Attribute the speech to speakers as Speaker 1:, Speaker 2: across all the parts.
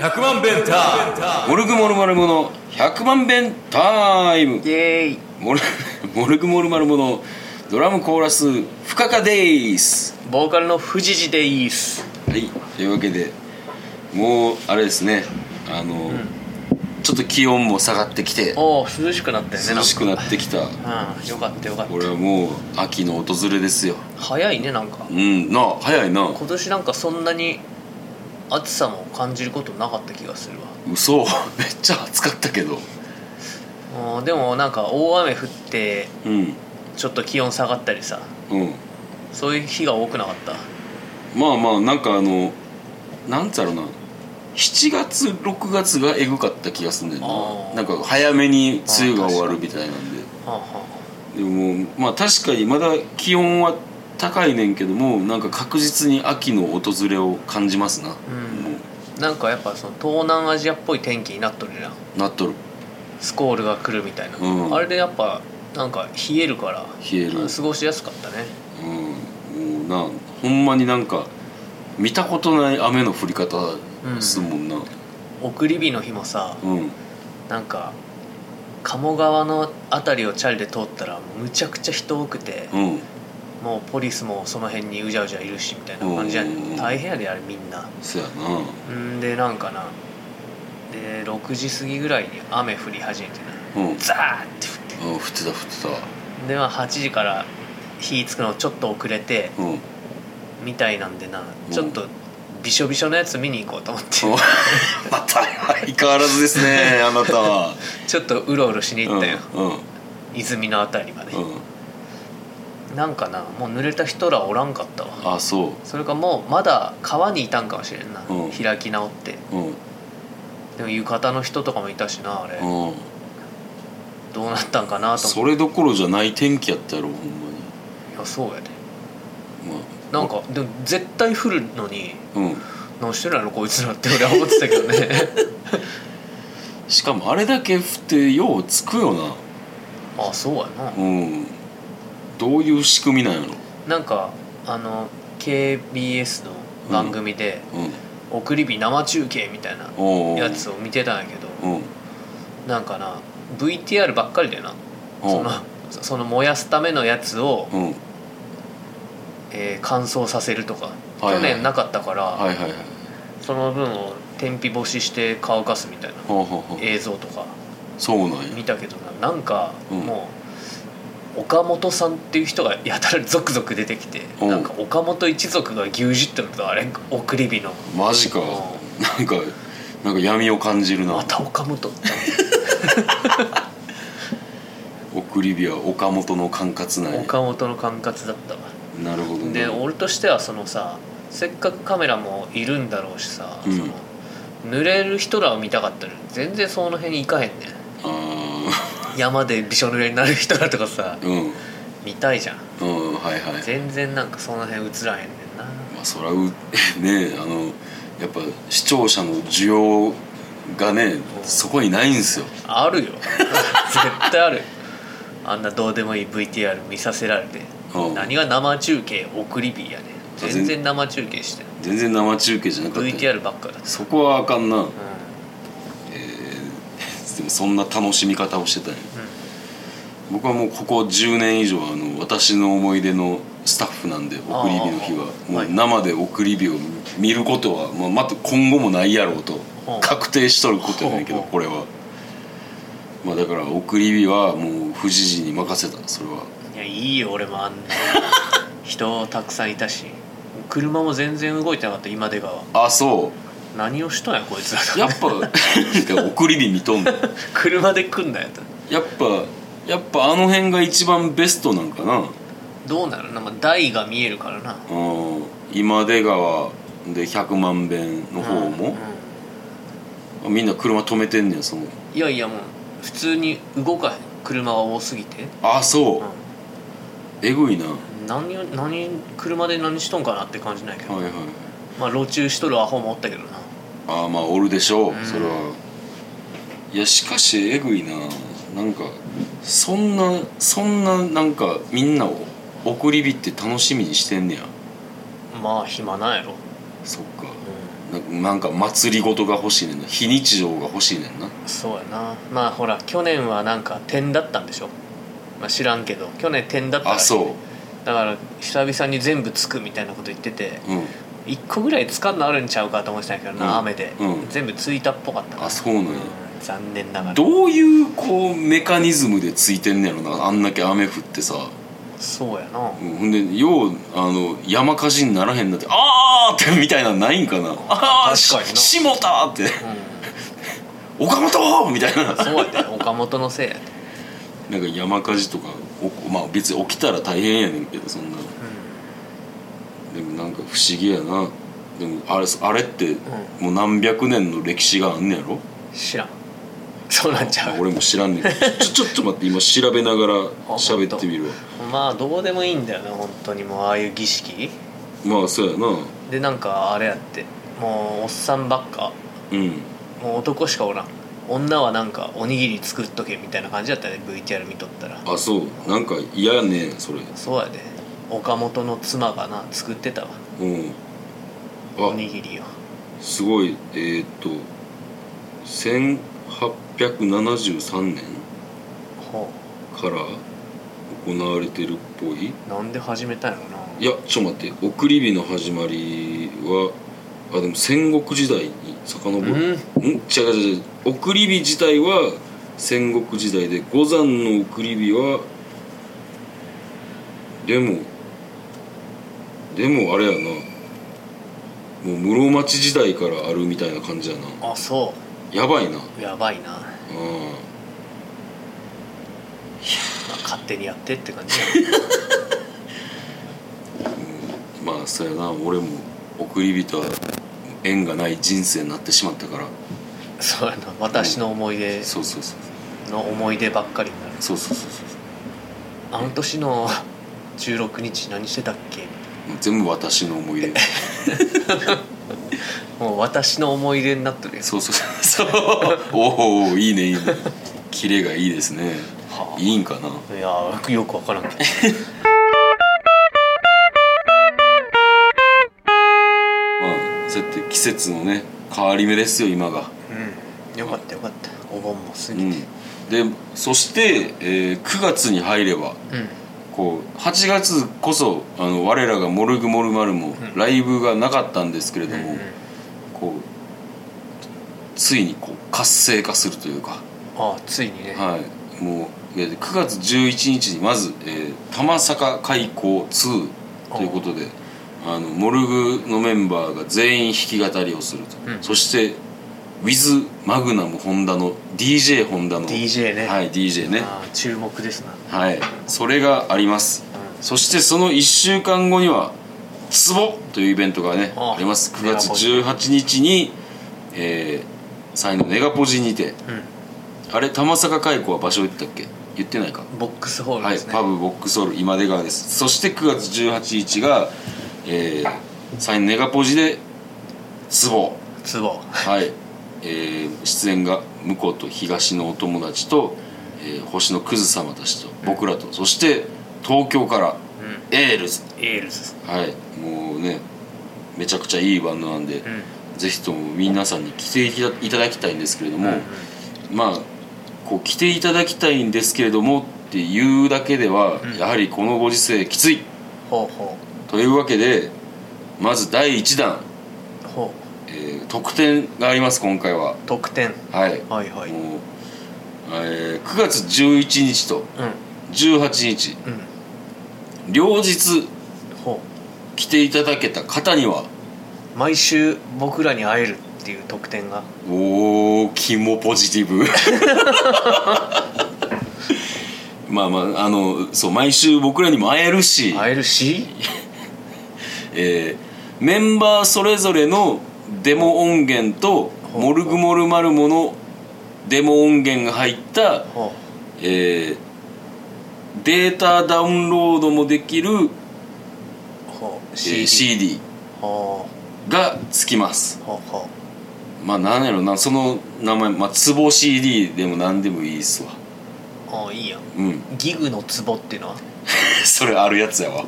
Speaker 1: 100万弁タイムモルグモルマルモの100万弁タイム
Speaker 2: イエーイ
Speaker 1: モル モルグモルマルモのドラムコーラスフカカです
Speaker 2: ボーカルの藤次でいいっす
Speaker 1: はいというわけでもうあれですねあの、ちょっと気温も下がってきて
Speaker 2: おお涼しくなったよね
Speaker 1: 涼しく
Speaker 2: な
Speaker 1: なってきた
Speaker 2: んかうんよかったよかっ
Speaker 1: これはもう秋の訪れですよ
Speaker 2: た早いねなんか
Speaker 1: うんなあ早いな
Speaker 2: 今年なんかそんなに暑さも感じることなかった気がする
Speaker 1: 嘘めっちゃ暑かったけど
Speaker 2: わうんでもなんか大雨降って
Speaker 1: うん
Speaker 2: ちょっと気温下がったりさ
Speaker 1: うん
Speaker 2: そういう日が多くなかった
Speaker 1: まあまあなんかあのなんつうやろな7月6月がえぐかった気がすんねんな
Speaker 2: あー
Speaker 1: なんか早めに梅雨が終わるみたいなんで
Speaker 2: はあは
Speaker 1: でももうまあ確かにまだ気温は高いねんけどもなんか確実に秋の訪れを感じますな、
Speaker 2: うん
Speaker 1: も
Speaker 2: あなんかやっぱその東南アジアっぽい天気になっとるな
Speaker 1: うなっとる
Speaker 2: スコールが来るみたいな、
Speaker 1: うん
Speaker 2: あれでやっぱなんか冷えるから
Speaker 1: 冷えるうん
Speaker 2: 過ごしやすかったね
Speaker 1: もうなほんまになんか見たことない雨の降り方すんもんな
Speaker 2: 送り火の日もさ
Speaker 1: うん
Speaker 2: なんか鴨川の辺りをチャリで通ったらむちゃくちゃ人多くて、
Speaker 1: うん
Speaker 2: もうポリスもその辺にうじゃうじゃいるしみたいな感じやね
Speaker 1: うん
Speaker 2: ん大変やであれみんな
Speaker 1: そやなん
Speaker 2: でなんかなで6時過ぎぐらいに雨降り始めてな
Speaker 1: うんうん
Speaker 2: ザーって降
Speaker 1: 降
Speaker 2: って
Speaker 1: ってた降ってたわ
Speaker 2: でまあ8時から火つくのちょっと遅れて
Speaker 1: うん
Speaker 2: みたいなんでな
Speaker 1: うん
Speaker 2: ちょっとびしょびしょのやつ見に行こうと思って
Speaker 1: おまた相変わらずですねあなた は
Speaker 2: ちょっとうろうろしに行ったよ、
Speaker 1: うんうん
Speaker 2: 泉の辺りまで、
Speaker 1: うん
Speaker 2: なんかなもう濡れた人らおらんかったわ
Speaker 1: あそ
Speaker 2: それかもうまだ川にいたんかもしれんな、
Speaker 1: うん
Speaker 2: 開き直って
Speaker 1: ううん
Speaker 2: でも浴衣の人とかもいたしなあれ、
Speaker 1: うん
Speaker 2: どうなったんかなと思
Speaker 1: そ
Speaker 2: って
Speaker 1: れどころじゃない天気やったやろほんま
Speaker 2: いやそうやで
Speaker 1: にまあ
Speaker 2: なんかでも絶対降るのに
Speaker 1: うん
Speaker 2: 何してるやろこいつらって俺は思ってたけどね
Speaker 1: しかもあれだけ降ってようつくよな
Speaker 2: ああそうやな、
Speaker 1: うんどういう仕組みなんやろ
Speaker 2: なんかあの KBS の番組で
Speaker 1: うん
Speaker 2: 「送り火生中継」みたいな
Speaker 1: おうおう
Speaker 2: やつを見てたんやけど
Speaker 1: うん
Speaker 2: なんかな VTR ばっかりだよな
Speaker 1: お
Speaker 2: そうのその燃やすためのやつを、
Speaker 1: うん
Speaker 2: えー乾燥させるとか
Speaker 1: はいは
Speaker 2: 去
Speaker 1: い
Speaker 2: 年なかったから、
Speaker 1: はいはいはい
Speaker 2: その分を天日干しして乾かすみたいな
Speaker 1: ほうほうほう
Speaker 2: 映像とか
Speaker 1: そうなんや
Speaker 2: 見たけどななんか
Speaker 1: うん
Speaker 2: もう、岡本さんっていう人がやたらゾクゾク出てきて
Speaker 1: うん
Speaker 2: なんか岡本一族が牛耳ってるとあれ送り火の
Speaker 1: マジか
Speaker 2: う
Speaker 1: なんかなんか闇を感じる
Speaker 2: んま
Speaker 1: な
Speaker 2: た岡本って
Speaker 1: 送り火は岡本の管轄なんや
Speaker 2: 岡本の管轄だったわ
Speaker 1: なるほどね
Speaker 2: で俺としてはそのさせっかくカメラもいるんだろうしさ、
Speaker 1: うん
Speaker 2: その濡れる人らを見たかったのに全然その辺に行かへんねん
Speaker 1: あ
Speaker 2: 山でびしょ濡れになる人らとかさ
Speaker 1: ーうん
Speaker 2: 見たいじゃん
Speaker 1: うんはいはい
Speaker 2: 全然なんかその辺映らへんねんな
Speaker 1: まあそらう ねあのやっぱ視聴者の需要がねそこにないんですよ
Speaker 2: ある よ絶対あるあんなどうでもいい VTR 見させられて
Speaker 1: うん
Speaker 2: 何が生中継送り火やねん全然生中継してない
Speaker 1: 全然生中継じゃなかった
Speaker 2: VTR ばっかだった、
Speaker 1: そこはあかんな、
Speaker 2: う
Speaker 1: えーでもそんな楽しみ方をしてたんや
Speaker 2: んうん、
Speaker 1: 僕はもうここ10年以上あの私の思い出のスタッフなんで送り火の日は
Speaker 2: あー
Speaker 1: も
Speaker 2: は
Speaker 1: う
Speaker 2: い
Speaker 1: 生で送り火を見ることは、まあ、また今後もないやろうと
Speaker 2: ほう
Speaker 1: 確定しとることやねんけど
Speaker 2: ほうほう
Speaker 1: これは、まあ、だから送り火はもう富士寺に任せたそれはい
Speaker 2: やいいよ俺もあんな人たくさんいたし車も全然動いてなかった今出川
Speaker 1: あそ
Speaker 2: 何をしとんやこいつら
Speaker 1: うやっぱ送り火見とんの
Speaker 2: 車で来んなやと
Speaker 1: やっぱやっぱあの辺が一番ベストなんかな
Speaker 2: どうなるな、まあ、台が見えるからな
Speaker 1: うん今出川で100万遍の方
Speaker 2: うん
Speaker 1: も
Speaker 2: うん、
Speaker 1: みんな車止めてんねんその
Speaker 2: いやいやもう普通に動かへん車が多すぎて、
Speaker 1: あそう、
Speaker 2: う
Speaker 1: えぐいなは
Speaker 2: ん、何を何車で何しとんかなって感じないけ
Speaker 1: い
Speaker 2: ど、
Speaker 1: はい
Speaker 2: まあ路中しとるアホもおったけどな
Speaker 1: ああまあおるでしょう、
Speaker 2: うん
Speaker 1: それはいやしかしえぐいななんかそんなそんななんかみんなを送り火って楽しみにしてんねや
Speaker 2: まあ暇なんやろ、
Speaker 1: そっか
Speaker 2: う、
Speaker 1: ななんか祭り事が欲しいねんな非日常が欲しいねんなん
Speaker 2: そうやなまあほら去年はなんか点だったんでしょ、まあ、知らんけど去年点だったら
Speaker 1: あ
Speaker 2: しい
Speaker 1: そ
Speaker 2: だから久々に全部つくみたいなこと言ってて
Speaker 1: ううん
Speaker 2: 1個ぐらいつかんのあるんちゃうかと思ってたんやけどな、
Speaker 1: うん
Speaker 2: 雨で、
Speaker 1: うん
Speaker 2: 全部ついたっぽかったな
Speaker 1: あそうなんや
Speaker 2: うん残念ながら
Speaker 1: どういうこうメカニズムでついてんねやろなあんだけ雨降ってさ
Speaker 2: そうやな、
Speaker 1: うんほんでようあの山火事にならへんなって「あー!」ってみたいなのないんかな「あーし
Speaker 2: 確かにな
Speaker 1: 下田!」って「
Speaker 2: う、
Speaker 1: 岡本!」みたいなん
Speaker 2: そうやで岡本のせいやで、
Speaker 1: なんか山火事とかおまあ別に起きたら大変やねんけどそんなでもなんか不思議やなでもあれあれってもう何百年の歴史があんねやろ
Speaker 2: うん、知らんそうなんちゃう
Speaker 1: 俺も知らんねんけどちょちょっと待って今調べながら喋ってみるわ
Speaker 2: まあどうでもいいんだよな本当にもうああいう儀式
Speaker 1: まあそうやな
Speaker 2: でなんかあれやってもうおっさんばっか
Speaker 1: うん
Speaker 2: もう男しかおらん女はなんかおにぎり作っとけみたいな感じだったね VTR 見とったら
Speaker 1: あそうなんか嫌やねそれ
Speaker 2: そうやで岡本の妻がな作ってたわ
Speaker 1: うん
Speaker 2: お
Speaker 1: あ
Speaker 2: にぎりを
Speaker 1: すごいえーっと1873年
Speaker 2: ほ
Speaker 1: から行われてるっぽいう
Speaker 2: なんで始めたんやろない
Speaker 1: やちょっと待って送り火の始まりはあでも戦国時代に遡る
Speaker 2: うん
Speaker 1: ん違う違う違う送り火自体は戦国時代で五山の送り火はでもでもあれやなもう室町時代からあるみたいな感じやな
Speaker 2: あそ
Speaker 1: やばいなあ
Speaker 2: うやばいな、まあ、
Speaker 1: あ
Speaker 2: 勝手にやってって感じや
Speaker 1: まあそうやな俺も送り火とは縁がない人生になってしまったから
Speaker 2: そうやな私の思い出
Speaker 1: そうそうそう
Speaker 2: の思い出ばっかりになる
Speaker 1: そうそうそうそう
Speaker 2: あの年の16日何してたっけみ
Speaker 1: もう全部私の思い出
Speaker 2: たいなもう私の思い出になってるやん
Speaker 1: そうそうそうそうおおいいねいいねキレがいいですね
Speaker 2: はあ
Speaker 1: いいんかない
Speaker 2: やーよくわからんけど
Speaker 1: まあそうやって季節のね変わり目ですよ今が
Speaker 2: うんよかったよかったお盆も過
Speaker 1: う
Speaker 2: ぎて
Speaker 1: んでそして、え9月に入れば
Speaker 2: うん、
Speaker 1: こう8月こそあの我らが「モルグモルマル」も
Speaker 2: うん
Speaker 1: ライブがなかったんですけれど
Speaker 2: うん
Speaker 1: も、
Speaker 2: うん
Speaker 1: こうついにこう活性化するというか
Speaker 2: ああついにね、
Speaker 1: はい、もうえー9月11日にまず、えー玉坂開港2」ということであのモルグのメンバーが全員弾き語りをすると、
Speaker 2: うん
Speaker 1: そして「With マグナムホンダの DJ ホンダの
Speaker 2: DJ ね、
Speaker 1: はい DJ ね
Speaker 2: ああ注目ですな、
Speaker 1: はいそれがあります
Speaker 2: う
Speaker 1: そしてその1週間後には「ツボ」というイベントがね
Speaker 2: ああ
Speaker 1: あります9月
Speaker 2: ネガポジ
Speaker 1: 18日に、えー、サイのネガポジにて
Speaker 2: ん
Speaker 1: あれ玉坂開港は場所言ったっけ言ってないか
Speaker 2: うん、ボックスホール
Speaker 1: は
Speaker 2: で
Speaker 1: い、
Speaker 2: すね、
Speaker 1: パブボックソール今出川ですそして9月18日が、えー、サインネガポジでツボ
Speaker 2: ツボ
Speaker 1: はい、えー出演が向こうと東のお友達と、えー星のクズ様たちと僕らと、そして東京から
Speaker 2: うん
Speaker 1: エールズ
Speaker 2: エールズ
Speaker 1: はいもうねめちゃくちゃいいバンドなんで、
Speaker 2: うん
Speaker 1: ぜひとも皆さんに来ていたいただきたいんですけれども、
Speaker 2: うんうん
Speaker 1: まあこう来ていただきたいんですけれどもっていうだけでは、
Speaker 2: うん
Speaker 1: やはりこのご時世きつい
Speaker 2: ほうほ
Speaker 1: というわけでまず第1弾、
Speaker 2: うほ
Speaker 1: えー特典があります今回は
Speaker 2: う得点
Speaker 1: はい、
Speaker 2: はいはいうん
Speaker 1: もう、えー9月11日と18日
Speaker 2: うん
Speaker 1: 両日
Speaker 2: ほ
Speaker 1: 来ていただけた方には
Speaker 2: う毎週僕らに会えるっていう特典が
Speaker 1: おーキモポジティブ まあまああのそう毎週僕らにも会えるし、
Speaker 2: 会えるし
Speaker 1: えーメンバーそれぞれのデモ音源と「モルグモルマルモ」のデモ音源が入った、
Speaker 2: ほ
Speaker 1: えーデータダウンロードもできる、
Speaker 2: うほう
Speaker 1: えー
Speaker 2: CD
Speaker 1: CD
Speaker 2: ほ
Speaker 1: がつきます
Speaker 2: うほうほ
Speaker 1: まあ何やろなその名前、まあ、ツボ CD でも何でもいいっすわ
Speaker 2: うああいいやん
Speaker 1: うん
Speaker 2: ギグのツボっていうのは
Speaker 1: それあるやつやわ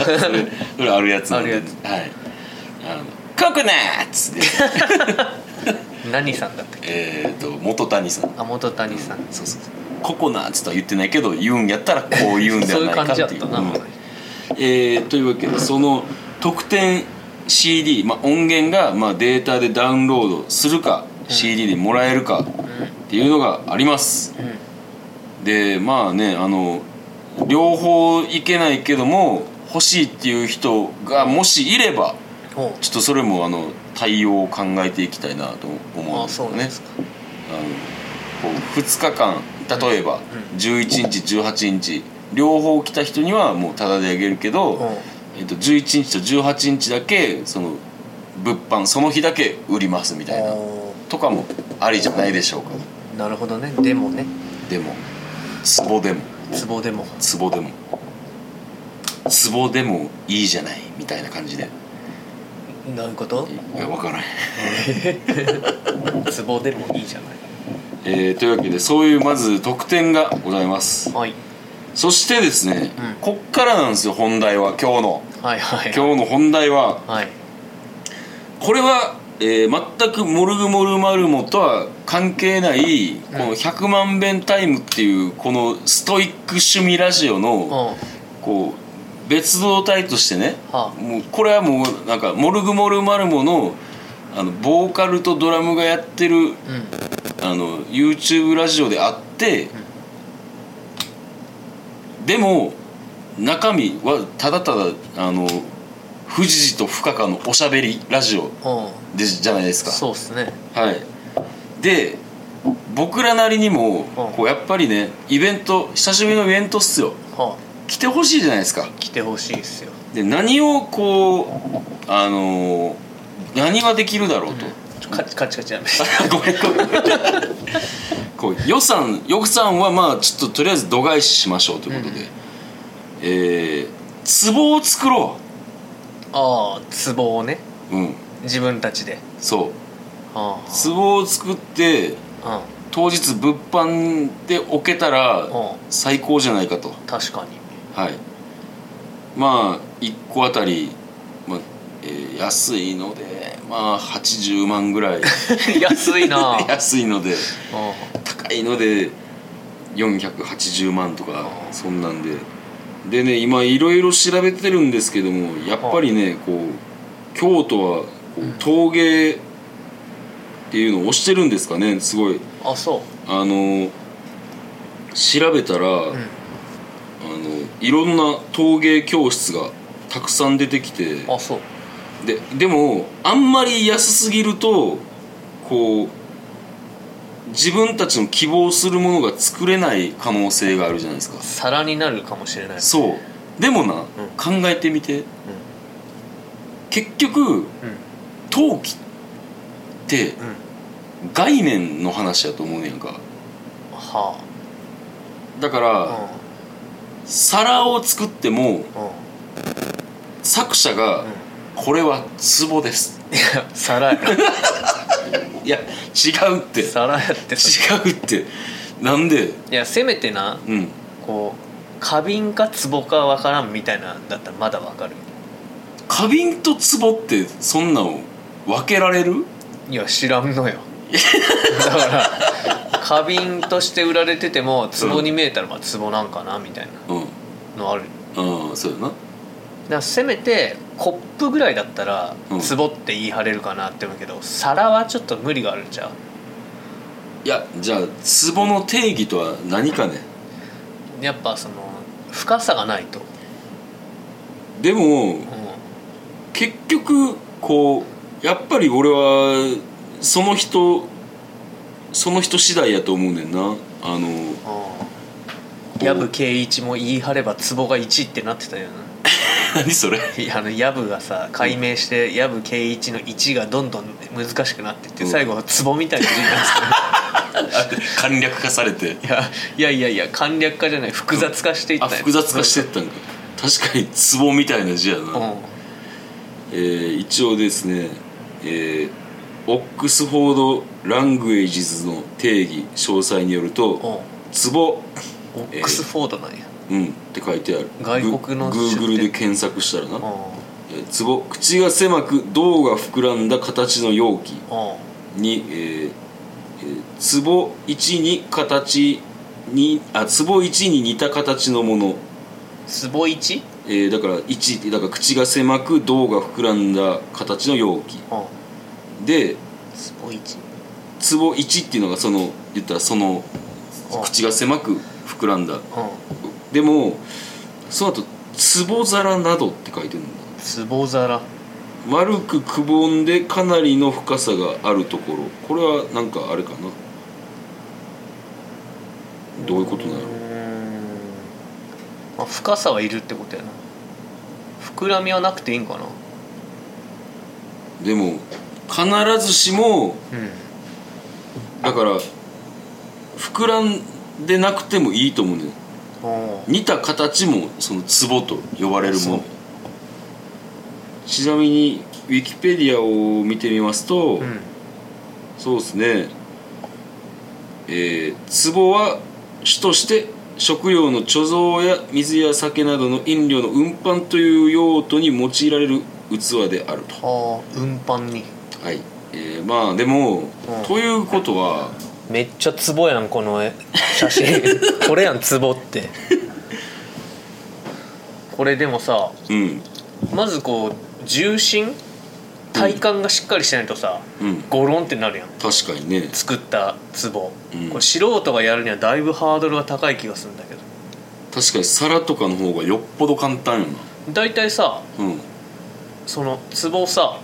Speaker 1: それそれあるやつなんで
Speaker 2: あるや
Speaker 1: はいあのココナッ ツで
Speaker 2: 何さんだったっけ
Speaker 1: えーっと元谷さん
Speaker 2: あ元谷さん、
Speaker 1: そうそうそうココナッツとは言ってないけど言うんやったらこう言うんで
Speaker 2: そう
Speaker 1: は
Speaker 2: いう
Speaker 1: ないか
Speaker 2: 感
Speaker 1: って
Speaker 2: じ
Speaker 1: い
Speaker 2: だ
Speaker 1: う
Speaker 2: ったな、
Speaker 1: うんえーというわけでその特典 CD、まあ、音源がまあデータでダウンロードするか CD でもらえるかっていうのがあります
Speaker 2: うんうん
Speaker 1: でまあねあの両方いけないけども欲しいっていう人がもしいれば
Speaker 2: おう
Speaker 1: ちょっとそれもあの対応を考えていきたいなと思うん
Speaker 2: あ
Speaker 1: です
Speaker 2: そ
Speaker 1: よ
Speaker 2: うなん
Speaker 1: ね
Speaker 2: ですか
Speaker 1: あのこう2日間例えば11日18日両方来た人にはもうタダであげるけど、
Speaker 2: おう
Speaker 1: えっと、11日と18日だけその物販その日だけ売りますみたいな
Speaker 2: お
Speaker 1: とかもありじゃないでしょうか
Speaker 2: うなるほどねでもね
Speaker 1: でもツボでも
Speaker 2: ツボでも
Speaker 1: ツボでもツボでもいいじゃないみたいな感じで
Speaker 2: どういうこと
Speaker 1: いや分からない、
Speaker 2: ツボでもいいじゃない
Speaker 1: えーというわけでそういうまず特典がございます
Speaker 2: はい
Speaker 1: そしてですね、
Speaker 2: うん
Speaker 1: こっからなんですよ本題は今日の
Speaker 2: はいはい
Speaker 1: 今日の本題は
Speaker 2: はい
Speaker 1: これは、えー全くモルグモルマルモとは関係ないこの100万遍タイムっていうこのストイック趣味ラジオ
Speaker 2: うん
Speaker 1: の
Speaker 2: は
Speaker 1: こう別動体としてね
Speaker 2: あ
Speaker 1: もうこれはもうなんかモルグモルマルモのあのボーカルとドラムがやってる
Speaker 2: うん
Speaker 1: あの YouTube ラジオであって、でも中身はただただあの富士寺と深川のおしゃべりラジオ
Speaker 2: うん
Speaker 1: でじゃないですか
Speaker 2: そうっすね
Speaker 1: はいで僕らなりにも
Speaker 2: うん
Speaker 1: こうやっぱりねイベント久しぶりのイベントっすよ
Speaker 2: は
Speaker 1: 来てほしいじゃないですか
Speaker 2: あ来てほしいっすよ
Speaker 1: で何をこうあのー何はできるだろうと、
Speaker 2: ちょカチカチカチやめ て
Speaker 1: ごめんごめんこう予算予算はまあちょっととりあえず度外視しましょうということで、えー壺を作ろ
Speaker 2: ああツボをね
Speaker 1: ううん
Speaker 2: 自分たちで
Speaker 1: そう
Speaker 2: あ
Speaker 1: 壺を作って
Speaker 2: あ
Speaker 1: 当日物販で置けたら
Speaker 2: うんうん
Speaker 1: 最高じゃないかと
Speaker 2: 確かに
Speaker 1: はいまあ1個あたり、まあえー安いのでまあ80万ぐらい
Speaker 2: 安いな
Speaker 1: 安いので
Speaker 2: あ
Speaker 1: 高いので480万とか
Speaker 2: あ
Speaker 1: そんなんででね今いろいろ調べてるんですけどもやっぱりねこう京都はこう陶芸っていうのを推してるんですかねすごい
Speaker 2: あそ
Speaker 1: あの調べたら、
Speaker 2: う、うん、
Speaker 1: あのいろんな陶芸教室がたくさん出てきて
Speaker 2: あそう
Speaker 1: ででもあんまり安すぎるとこう自分たちの希望するものが作れない可能性があるじゃないですか
Speaker 2: 皿になるかもしれない
Speaker 1: そうでもな、考えてみて結局
Speaker 2: うんうん
Speaker 1: 陶器って
Speaker 2: うん
Speaker 1: 概念の話やと思うねやんか
Speaker 2: は
Speaker 1: だから、
Speaker 2: あ
Speaker 1: 皿を作っても
Speaker 2: うんうん
Speaker 1: 作者が、
Speaker 2: うん
Speaker 1: これは壺です
Speaker 2: いや皿や ろ
Speaker 1: いや違うって
Speaker 2: 皿やってそ
Speaker 1: 違うってなんで
Speaker 2: いやせめてな
Speaker 1: うん
Speaker 2: こう花瓶か壺かわからんみたいなんだったらまだわかる
Speaker 1: 花瓶と壺ってそんなの分けられる
Speaker 2: いや知らんのよだから花瓶として売られてても壺に見えたらまあ壺なんかなみたいな
Speaker 1: うん
Speaker 2: のあるだか
Speaker 1: ああそうやな
Speaker 2: らせめてコップぐらいだったら
Speaker 1: うん
Speaker 2: 壺って言い張れるかなって思うけど皿はちょっと無理があるんちゃう
Speaker 1: いやじゃあ壺の定義とは何かね
Speaker 2: やっぱその深さがないと、
Speaker 1: でも
Speaker 2: う
Speaker 1: 結局こうやっぱり俺はその人その人次第やと思うねんなあの
Speaker 2: ん、藪圭一も言い張れば壺が1ってなってたよな
Speaker 1: 何それ
Speaker 2: いやあの藪がさ解明して藪圭一の1がどんどん難しくなってって、
Speaker 1: うん
Speaker 2: 最後は壺みたいな字になってた
Speaker 1: 簡略化されて
Speaker 2: いやいやいやいや簡略化じゃない複雑化していった
Speaker 1: あ
Speaker 2: よ
Speaker 1: 複雑化してったんか確かに壺みたいな字やな、
Speaker 2: うん
Speaker 1: えー一応ですね、えーオックスフォード・ラングエージズの定義詳細によると
Speaker 2: う
Speaker 1: 壺
Speaker 2: オックスフォードなんや、
Speaker 1: うんって書いてある
Speaker 2: 外国の
Speaker 1: グー
Speaker 2: 出
Speaker 1: グル
Speaker 2: 店
Speaker 1: で検索したら
Speaker 2: う
Speaker 1: な、
Speaker 2: ん
Speaker 1: えー壺口が狭く胴が膨らんだ形の容器
Speaker 2: うん
Speaker 1: に、えーえー壺1に形にあ壺1に似た形のもの、
Speaker 2: 壺一
Speaker 1: えーだから1だから口が狭く胴が膨らんだ形の容器
Speaker 2: うん
Speaker 1: で
Speaker 2: 壺一
Speaker 1: 壺1っていうのがその言ったらその
Speaker 2: あ
Speaker 1: 口が狭く膨らんだ
Speaker 2: う
Speaker 1: でもその後壺皿などって書いてるんだ
Speaker 2: ん壺皿
Speaker 1: 丸くくぼんでかなりの深さがあるところこれはなんかあれかなどういうことな
Speaker 2: う
Speaker 1: の
Speaker 2: ーんまあ、深さはいるってことやな膨らみはなくていいんかな
Speaker 1: でも必ずしも
Speaker 2: うん
Speaker 1: だから膨らんでなくてもいいと思うね
Speaker 2: お
Speaker 1: 似た形もその壺と呼ばれるも
Speaker 2: そう
Speaker 1: のちなみにウィキペディアを見てみますと、
Speaker 2: ううん
Speaker 1: そうですねえー壺は主として食料の貯蔵や水や酒などの飲料の運搬という用途に用いられる器であると
Speaker 2: ああ運搬に
Speaker 1: はい、えーまあでも、
Speaker 2: ん
Speaker 1: ということは
Speaker 2: めっちゃツボやんこの絵写真 これやんツボってこれでもさ
Speaker 1: うん
Speaker 2: まずこう重心体幹がしっかりしてないとさ、
Speaker 1: うん
Speaker 2: ゴロンってなるやん
Speaker 1: 確かにね
Speaker 2: 作ったツボ、
Speaker 1: うん
Speaker 2: これ素人がやるにはだいぶハードルが高い気がするんだけど
Speaker 1: 確かに皿とかの方がよっぽど簡単よな
Speaker 2: 大体さ
Speaker 1: うんうん
Speaker 2: そのツボさ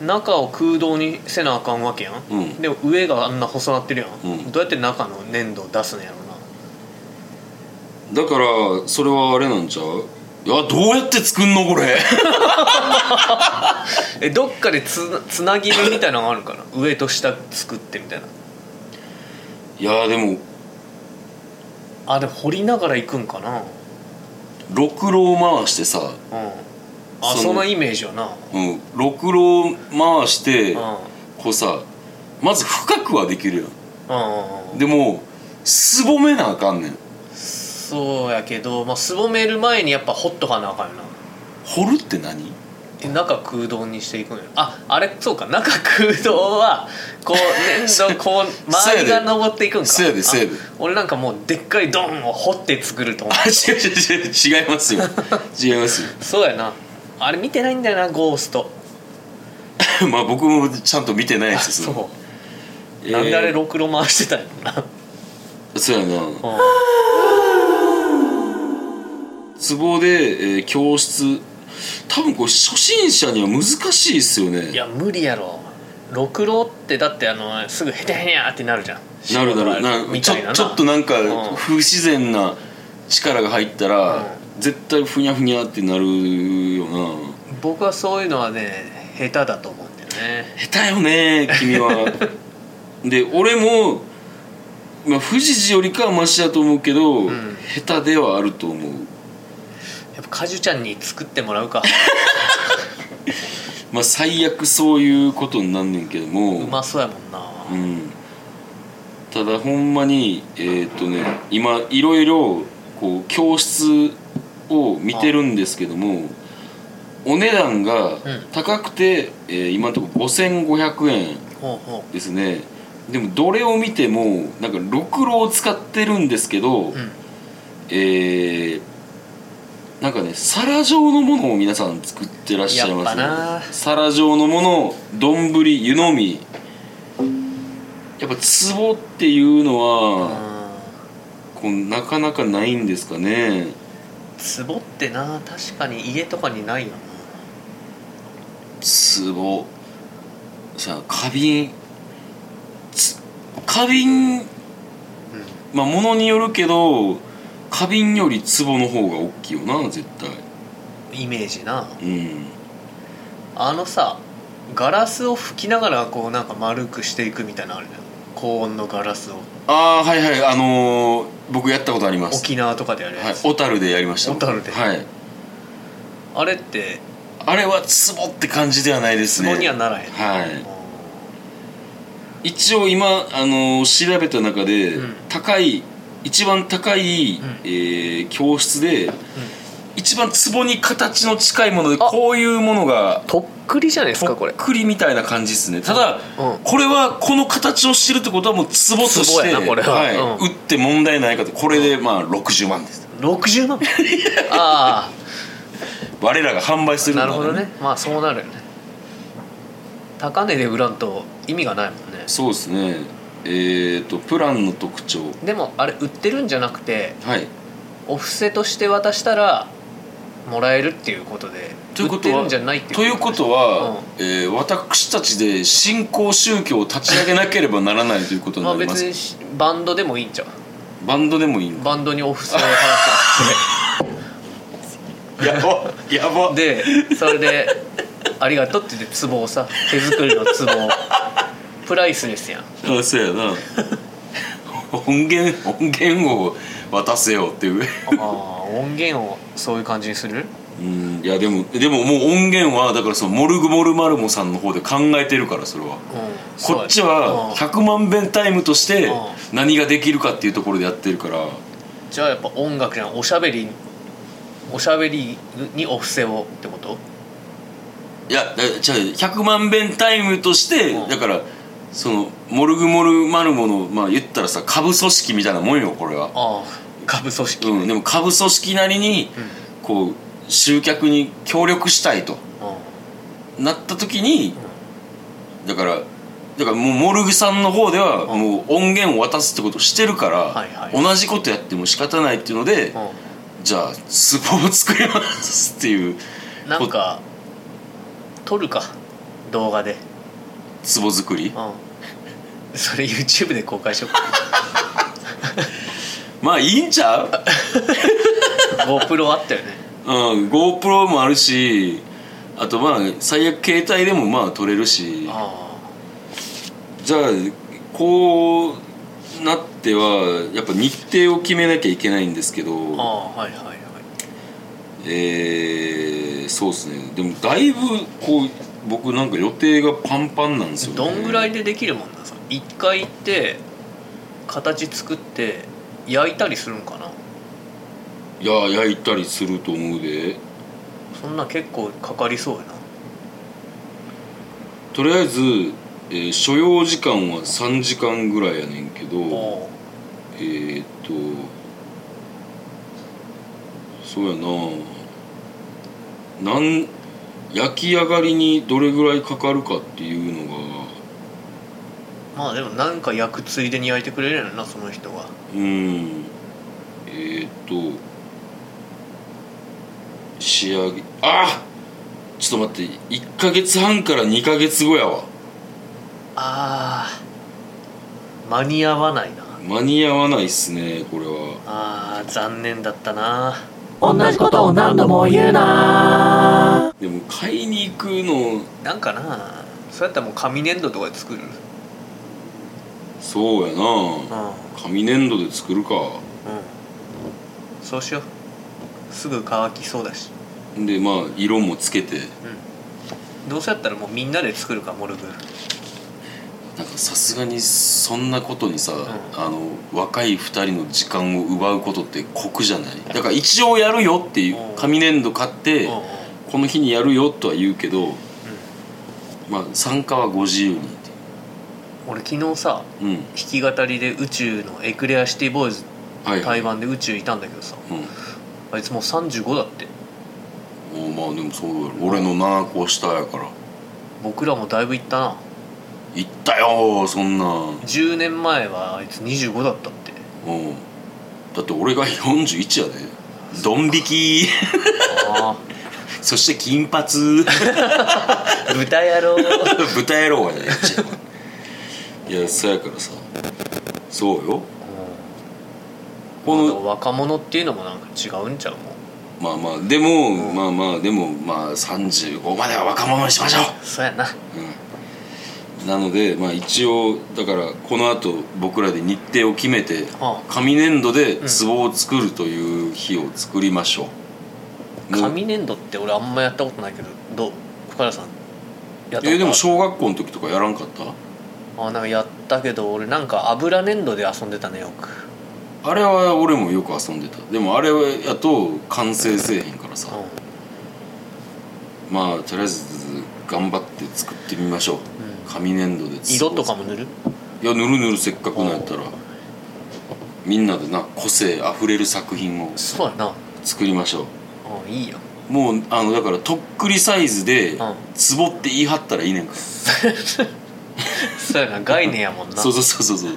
Speaker 2: 中を空洞にせなあかんわけやん、
Speaker 1: うん
Speaker 2: でも上があんな細なってるやん、
Speaker 1: うん
Speaker 2: どうやって中の粘土を出すんやろうな
Speaker 1: だからそれはあれなんちゃういやどうやって作んのこれ
Speaker 2: えどっかでつなつなぎ目みたいなのがあるんかな 上と下作ってみたいない
Speaker 1: やでも
Speaker 2: あでも掘りながら行くんかなうん
Speaker 1: ろくろを回してさ、
Speaker 2: あ
Speaker 1: その
Speaker 2: そのイメージはな
Speaker 1: うん、ろくろを回して、
Speaker 2: うん
Speaker 1: こうさまず深くはできるや
Speaker 2: うんうん
Speaker 1: ん
Speaker 2: うん
Speaker 1: でもすぼめなあかんねん
Speaker 2: そうやけど、まあ、すぼめる前にやっぱ掘っとかなあかんよな
Speaker 1: 掘るって何
Speaker 2: え中空洞にしていくんやああれそうか中空洞はこ う粘土こう周りが登っていくんか
Speaker 1: せやでせやで
Speaker 2: あ俺なんかもうでっかいドンを掘って作ると思
Speaker 1: あ
Speaker 2: う
Speaker 1: 違う違う違う違いますよ違いますよ
Speaker 2: そうやなあれ見てないんだよなゴースト
Speaker 1: まあ僕もちゃんと見てないです
Speaker 2: そう、
Speaker 1: えー
Speaker 2: なんであれろくろ回してたんやろ な
Speaker 1: そうやな
Speaker 2: うん
Speaker 1: 壺で、えー教室多分これ初心者には難しいですよね
Speaker 2: いや無理やろろくろってだってあのすぐヘニャヘニャってなるじゃん
Speaker 1: なるだろうな
Speaker 2: み
Speaker 1: ちょ
Speaker 2: たいなな
Speaker 1: ちょっとなん
Speaker 2: う
Speaker 1: か
Speaker 2: ん
Speaker 1: 不自然な力が入ったら、
Speaker 2: う
Speaker 1: 絶対ふにゃふにゃってなるよな
Speaker 2: 僕はそういうのはね下手だと思うんだよね
Speaker 1: 下手よね君 はで俺も、まあ、富士寺よりかはマシだと思うけど、
Speaker 2: ん
Speaker 1: 下手ではあると思う
Speaker 2: やっぱカジュちゃんに作っても らうか
Speaker 1: まあ最悪そういうことになんねんけども
Speaker 2: うまそうやもんな
Speaker 1: うん、ただほんまにえーっとね今いろいろこう教室を見てるんですけどもお値段が高くて、えー今のところ5500円
Speaker 2: ほうほ
Speaker 1: ですねでもどれを見てもなんかろくろを使ってるんですけど、
Speaker 2: ううん
Speaker 1: えーなんかね皿状のものを皆さん作ってらっしゃいますね
Speaker 2: やっぱな
Speaker 1: 皿状のもの丼湯飲みやっぱ壺っていうのは、こうなかなかないんですかね
Speaker 2: うん壺ってな確かに家とかにないよな
Speaker 1: 壺さあ花瓶つ花瓶
Speaker 2: う
Speaker 1: まあものによるけど花瓶より壺の方が大きいよな絶対
Speaker 2: んイメージな
Speaker 1: うん
Speaker 2: あのさガラスを吹きながらこうなんか丸くしていくみたいなのあるじゃん高温のガラスを
Speaker 1: ああはいはいあのー僕やったことあります
Speaker 2: 沖縄とかでやる
Speaker 1: はい
Speaker 2: やつ、
Speaker 1: 小樽でやりました
Speaker 2: 小樽で
Speaker 1: はい
Speaker 2: あれって
Speaker 1: あれは壺って感じではないですね
Speaker 2: 壺にはならへん、
Speaker 1: はい一応今あのー調べた中で、
Speaker 2: うん
Speaker 1: 高い一番高い、えー教室で、一番壺に形の近いもので
Speaker 2: あ
Speaker 1: こういうものが
Speaker 2: とっくりじゃないです
Speaker 1: ぽ
Speaker 2: か
Speaker 1: っ
Speaker 2: これ
Speaker 1: くりみたいな感じですねただ、
Speaker 2: うん
Speaker 1: これはこの形を知るってことはもう壺とし
Speaker 2: 壺
Speaker 1: て
Speaker 2: やなこれはいうん
Speaker 1: 打って問題ないかとこれでまあ60万です
Speaker 2: 60万 あ
Speaker 1: 我らが販売す
Speaker 2: あ
Speaker 1: るの
Speaker 2: な
Speaker 1: は
Speaker 2: るほどね まあそうなるよね高値で売らんと意味がないもんね
Speaker 1: そうですねえー、とプランの特徴
Speaker 2: でもあれ売ってるんじゃなくて
Speaker 1: はい
Speaker 2: お布施として渡したらもらえるっていうことで
Speaker 1: ということ
Speaker 2: 売って
Speaker 1: は
Speaker 2: るんじゃないっていう
Speaker 1: ということは、
Speaker 2: う
Speaker 1: えー私たちで新興宗教を立ち上げなければならないということに
Speaker 2: まあ
Speaker 1: なりま
Speaker 2: 別
Speaker 1: す、
Speaker 2: にしバンドでもいいんちゃう
Speaker 1: バンドでもいいの
Speaker 2: バンドにお布施を払っ
Speaker 1: やばやば で
Speaker 2: てでそれで「ありがとう」って言って壺をさ手作りの壺をプライスですやん
Speaker 1: あそうやな音源音源を渡せよっていう
Speaker 2: ああ音源をそういう感じにする
Speaker 1: うんいやでもでももう音源はだからそのモルグモルマルモさんの方で考えてるからそれは
Speaker 2: うんそうや
Speaker 1: こっちは
Speaker 2: うん
Speaker 1: 100万遍タイムとして
Speaker 2: う
Speaker 1: 何ができるかっていうところでやってるから
Speaker 2: じゃあやっぱ音楽じゃんおしゃべりおしゃべりにお布施をってこと
Speaker 1: いやだじゃあ100万遍タイムとして
Speaker 2: うん
Speaker 1: だからそのモルグモルマルモのまあ言ったらさ下部組織みたいなもんよこれは
Speaker 2: ああ下部組織、
Speaker 1: うんでも下部組織なりにこう集客に協力したいと
Speaker 2: うん
Speaker 1: なった時にだからだからもうモルグさんの方では
Speaker 2: うん
Speaker 1: もう音源を渡すってことをしてるから、
Speaker 2: はいはい
Speaker 1: 同じことやっても仕方ないっていうので、
Speaker 2: う、
Speaker 1: じゃあスポを作りますっていうん
Speaker 2: なんか撮るか動画で、
Speaker 1: ツボ作り
Speaker 2: うん、 それ YouTube で公開しようか
Speaker 1: まあいいんちゃう
Speaker 2: GoPro あったよね
Speaker 1: うん、GoPro もあるしあとまあ最悪携帯でもまあ撮れるし
Speaker 2: あ
Speaker 1: じゃあこうなってはやっぱ日程を決めなきゃいけないんですけ
Speaker 2: あ
Speaker 1: ど
Speaker 2: ああはいはいはい
Speaker 1: えー、そうですねでもだいぶこう僕なんか予定がパンパンなんですよ、ね、
Speaker 2: どんぐらいでできるもんなんですか一回行って形作って焼いたりするんかない
Speaker 1: や焼いたりすると思うで
Speaker 2: そんな結構かかりそうやな
Speaker 1: とりあえず、えー所要時間は3時間ぐらいやねんけど、
Speaker 2: お
Speaker 1: えー、っとそうやななん焼き上がりにどれぐらいかかるかっていうのが
Speaker 2: まあでもなんか焼くついでに焼いてくれるやろなその人が
Speaker 1: うんえー、っと仕上げあちょっと待って1ヶ月半から2ヶ月後やわ
Speaker 2: あー間に合わないな
Speaker 1: 間に合わないっすねこれは。
Speaker 2: あー残念だったな
Speaker 3: 同じことを何度も言うな
Speaker 1: でも買いに行くの
Speaker 2: なんかなそうやったらもう紙粘土とかで作るう
Speaker 1: そうやなん
Speaker 2: うん
Speaker 1: 紙粘土で作るか
Speaker 2: そうしようすぐ乾きそうだし
Speaker 1: でまあ色もつけて
Speaker 2: どうせやったらもうみんなで作るかモルグン
Speaker 1: なんかさすがにそんなことにさ、あの若い2人の時間を奪うことって酷じゃないだから一応やるよっていう
Speaker 2: うん
Speaker 1: 紙粘土買って
Speaker 2: うんうん
Speaker 1: この日にやるよとは言うけど、まあ参加はご自由にって
Speaker 2: 俺昨日さ
Speaker 1: いううん
Speaker 2: 弾き語りで宇宙のエクレアシティボーイズ
Speaker 1: はいはい
Speaker 2: 台湾で宇宙いたんだけどさあいつもう35だって
Speaker 1: うん、おまあでもそうだろ俺の7個下やから
Speaker 2: 僕らもだいぶいったな
Speaker 1: 行ったよそんなん
Speaker 2: 10年前はあいつ25だったって
Speaker 1: うんだって俺が41やでドン引き
Speaker 2: あ
Speaker 1: そして金髪豚
Speaker 2: あ 豚野郎
Speaker 1: 野郎やでいやそうやからさそうよこの
Speaker 2: 若者っていうのもなんか違うんちゃうもん
Speaker 1: まあまあでも、まあまあでもまあ35までは若者にしましょ
Speaker 2: そうやな
Speaker 1: う、なのでまあ一応だからこのあと僕らで日程を決めて
Speaker 2: ああ
Speaker 1: 紙粘土で壺を作るという日を作りましょう、もう
Speaker 2: 紙粘土って俺あんまやったことないけどどう深田さんやったことあ
Speaker 1: え
Speaker 2: る
Speaker 1: でも小学校の時とかやらんかった
Speaker 2: あなんかやったけど俺なんか油粘土で遊んでたねよく
Speaker 1: あれは俺もよく遊んでたでもあれやと完成せえへんからさ、まあとりあえず頑張って作ってみましょう、紙粘土で
Speaker 2: 色とかも塗る
Speaker 1: いやぬるぬるせっかくなんやったらみんなでな個性あふれる作品を
Speaker 2: そうやな
Speaker 1: 作りましょ
Speaker 2: うんいいよ
Speaker 1: うもうあのだからとっくりサイズで
Speaker 2: うん
Speaker 1: ツボって言い張ったらいいねんから
Speaker 2: そうやな概念やもんな
Speaker 1: そうそうそうそうそう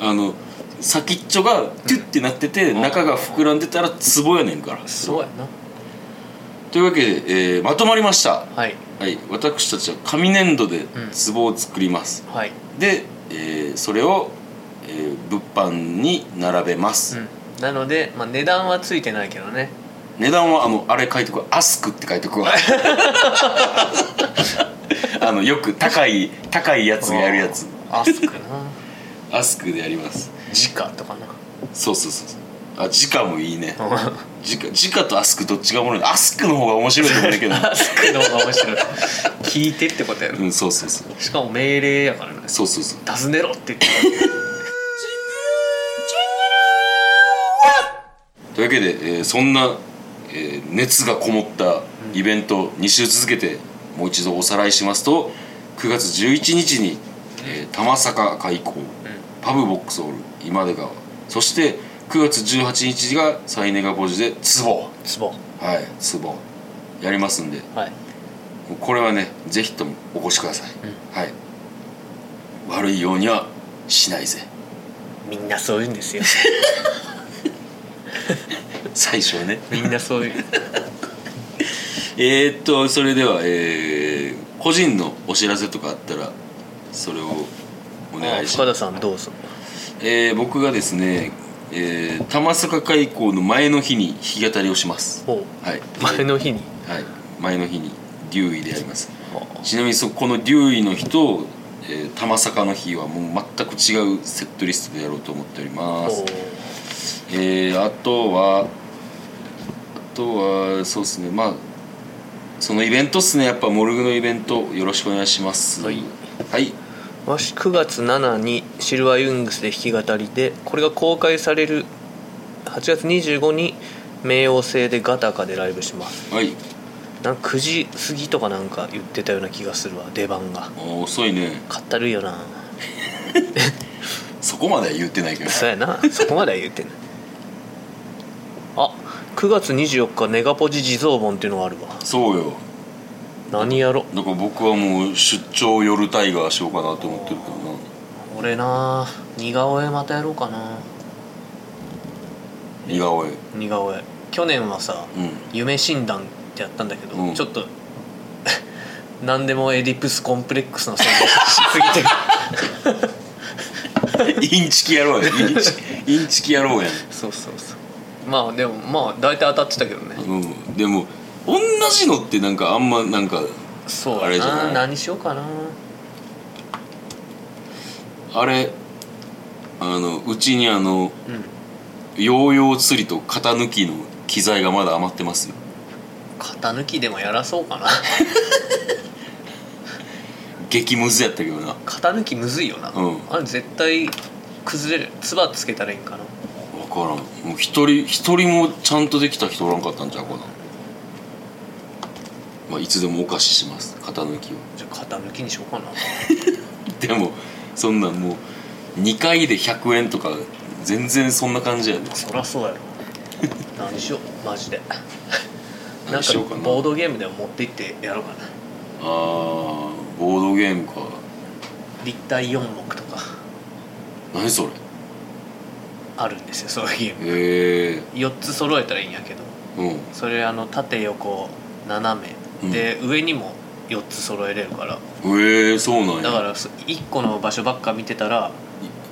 Speaker 1: あの先っちょがキュッてなってて、中が膨らんでたらツボやねんから
Speaker 2: そうやな
Speaker 1: というわけで、えーまとまりました
Speaker 2: はい
Speaker 1: はい私たちは紙粘土でツボを作ります、
Speaker 2: はい
Speaker 1: で、えーそれを、えー物販に並べます、
Speaker 2: うんなので、まあ、値段はついてないけどね
Speaker 1: 値段はあのあれ書いてくわアスクって書いて くわあのよく高い高いやつがやるやつ
Speaker 2: あーアスクな
Speaker 1: アスクでやります
Speaker 2: 直と かな
Speaker 1: そうそうそうそうあ直もいいね
Speaker 2: うん
Speaker 1: 直直とアスクどっちがおもろいのアスクの方が面白いと思うんだけど
Speaker 2: アスクの方が面白い 聞いてってことやろ
Speaker 1: うんそうそうそう
Speaker 2: しかも命令やからね
Speaker 1: そうそうそう
Speaker 2: 尋ねろって言って
Speaker 1: というわけで、えーそんな、えー熱がこもったイベント2週続けてもう一度おさらいしますと9月11日に、えー玉坂開港、パブボックスホール今出川そして9月18日がサイネガポジでツボ
Speaker 2: ツボ
Speaker 1: はいツボやりますんで
Speaker 2: はい
Speaker 1: もうこれはねぜひともお越しください、はい悪いようにはしないぜ
Speaker 2: みんなそう言うんですよ
Speaker 1: 最初はね
Speaker 2: みんなそういう
Speaker 1: えー、っとそれでは、えー個人のお知らせとかあったらそれをお願いし
Speaker 2: 深
Speaker 1: ま
Speaker 2: 田さんどうぞ
Speaker 1: す、えー僕がですね、えー玉坂開港の前の日に弾き語りをします
Speaker 2: ほ
Speaker 1: はい、
Speaker 2: う前の日に
Speaker 1: はい、前の日に竜医でやります
Speaker 2: ほ
Speaker 1: ちなみにそこの竜医の日と、えー玉坂の日はもう全く違うセットリストでやろうと思っており
Speaker 2: う
Speaker 1: ますえーあとはあとはそうですねまあそのイベントっすねやっぱモルグのイベントよろしくお願いします
Speaker 2: はい、
Speaker 1: はい
Speaker 2: わし9月7にシルバーユングスで弾き語りでこれが公開される8月25に冥王星でガタカでライブします
Speaker 1: はい
Speaker 2: なんか9時過ぎとかなんか言ってたような気がするわ出番が
Speaker 1: あー遅いね
Speaker 2: かったるいよな
Speaker 1: そこまでは言ってないけど
Speaker 2: そうやなそこまでは言ってないあ9月24日ネガポジ地蔵本っていうのがあるわ
Speaker 1: そうよ
Speaker 2: 何やろ
Speaker 1: だから僕はもう出張夜タイガーしようかなと思ってるけ
Speaker 2: 俺な似顔絵またやろうか
Speaker 1: ど
Speaker 2: な
Speaker 1: な似顔絵
Speaker 2: 似顔絵去年はさ、
Speaker 1: う
Speaker 2: 夢診断ってやったんだけど、
Speaker 1: うん
Speaker 2: ちょっと 何でもエディプスコンプレックスのせいにしすぎて る
Speaker 1: んインチキやろうやインチ インチキやろうや
Speaker 2: そうそうそうまあでもまあ大体当たってたけどね
Speaker 1: うんでも同じのってなんかあんまなんか
Speaker 2: そう
Speaker 1: あれ
Speaker 2: や
Speaker 1: じゃな
Speaker 2: ない何しようかな
Speaker 1: あれあのうちにあの
Speaker 2: うん
Speaker 1: ヨーヨー釣りと型抜きの機材がまだ余ってますよ
Speaker 2: 型抜きでもやらそうかな
Speaker 1: 激ムズやったけどな
Speaker 2: 型抜きむずいよな、
Speaker 1: うん
Speaker 2: あれ絶対崩れるつばつけたらいいんかな
Speaker 1: 分からんもう一人一人もちゃんとできた人おらんかったんちゃうかな、まあ、いつでもお貸しします型抜きを
Speaker 2: じゃあ型抜きにしようかな
Speaker 1: でもそんなんもう2回で100円とか全然そんな感じやね
Speaker 2: そりゃそうやろ何しようマジでなん
Speaker 1: 何
Speaker 2: か
Speaker 1: しようかな
Speaker 2: ボードゲームでも持って行ってやろうかな
Speaker 1: あーボードゲームか
Speaker 2: 立体四目とか
Speaker 1: 何それ
Speaker 2: あるんですよそういうゲーム
Speaker 1: へえ
Speaker 2: 4つ揃えたらいいんやけど
Speaker 1: うん
Speaker 2: それあの縦横斜
Speaker 1: うん
Speaker 2: めで、上にも4つ揃えれるから
Speaker 1: へえそうなんや
Speaker 2: だから1個の場所ばっか見てたら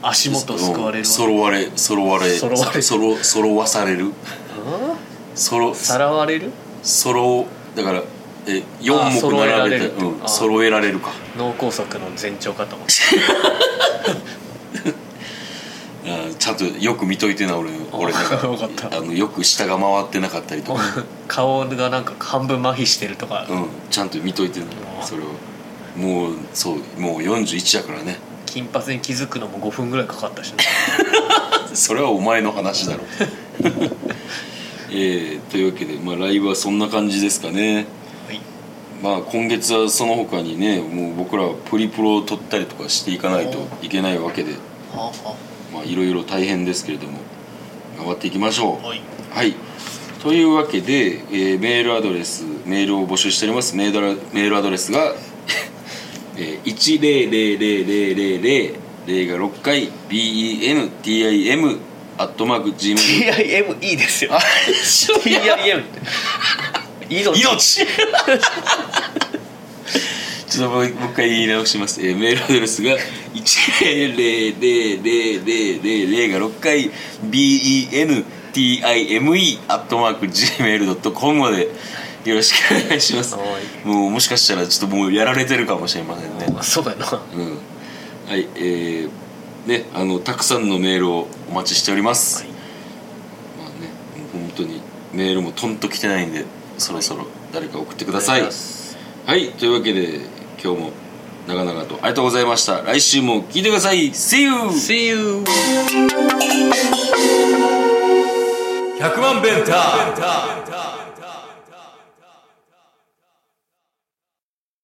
Speaker 2: 足元すくわれる
Speaker 1: うん揃われ揃われ
Speaker 2: 揃われる
Speaker 1: 揃揃わされる
Speaker 2: うん
Speaker 1: 揃
Speaker 2: さらわれる
Speaker 1: 揃うだからえ4目
Speaker 2: 揃えら
Speaker 1: 並
Speaker 2: れ
Speaker 1: べ
Speaker 2: る
Speaker 1: て
Speaker 2: って
Speaker 1: う
Speaker 2: あ
Speaker 1: ん、揃えられるか
Speaker 2: 脳梗塞の前兆かと思って
Speaker 1: あーちゃんとよく見といてな俺俺なん
Speaker 2: わかった
Speaker 1: あのよく下が回ってなかったりとか、
Speaker 2: 顔がなんか半分麻痺してるとか、
Speaker 1: うん、ちゃんと見といてな
Speaker 2: あ
Speaker 1: それをもうそうもう41やからね
Speaker 2: 金髪に気づくのも5分ぐらいかかったしね
Speaker 1: それはお前の話 だろ えー、というわけで、まあ、ライブはそんな感じですかね
Speaker 2: はい
Speaker 1: まあ今月はその他にねもう僕らはプリプロを取ったりとかしていかないといけないわけで
Speaker 2: は
Speaker 1: まあいろいろ大変ですけれども頑張っていきましょう
Speaker 2: あはい
Speaker 1: はい。というわけで、えーメールアドレス、メールを募集しております。メールアメールアドレスが、 えー、1000000が6回、bentim、アットマーク、gmail。
Speaker 2: TIM いいですよ TIM って命
Speaker 1: 命ちょっともうもう一回言い直します、えーメールアドレスが1000000が6回 bentime.gmail.com までよろしくお願いします
Speaker 2: は
Speaker 1: もうもしかしたらちょっともうやられてるかもしれませんね
Speaker 2: あそうやな
Speaker 1: うんはいえーねあのたくさんのメールをお待ちしております、まあねもう本当にメールもとんと来てないんでそろそろ誰か送ってください、はい、というわけで今日も長々とありがとうございました。来週も聞いてください。See you!
Speaker 2: See you
Speaker 1: 100万ベンター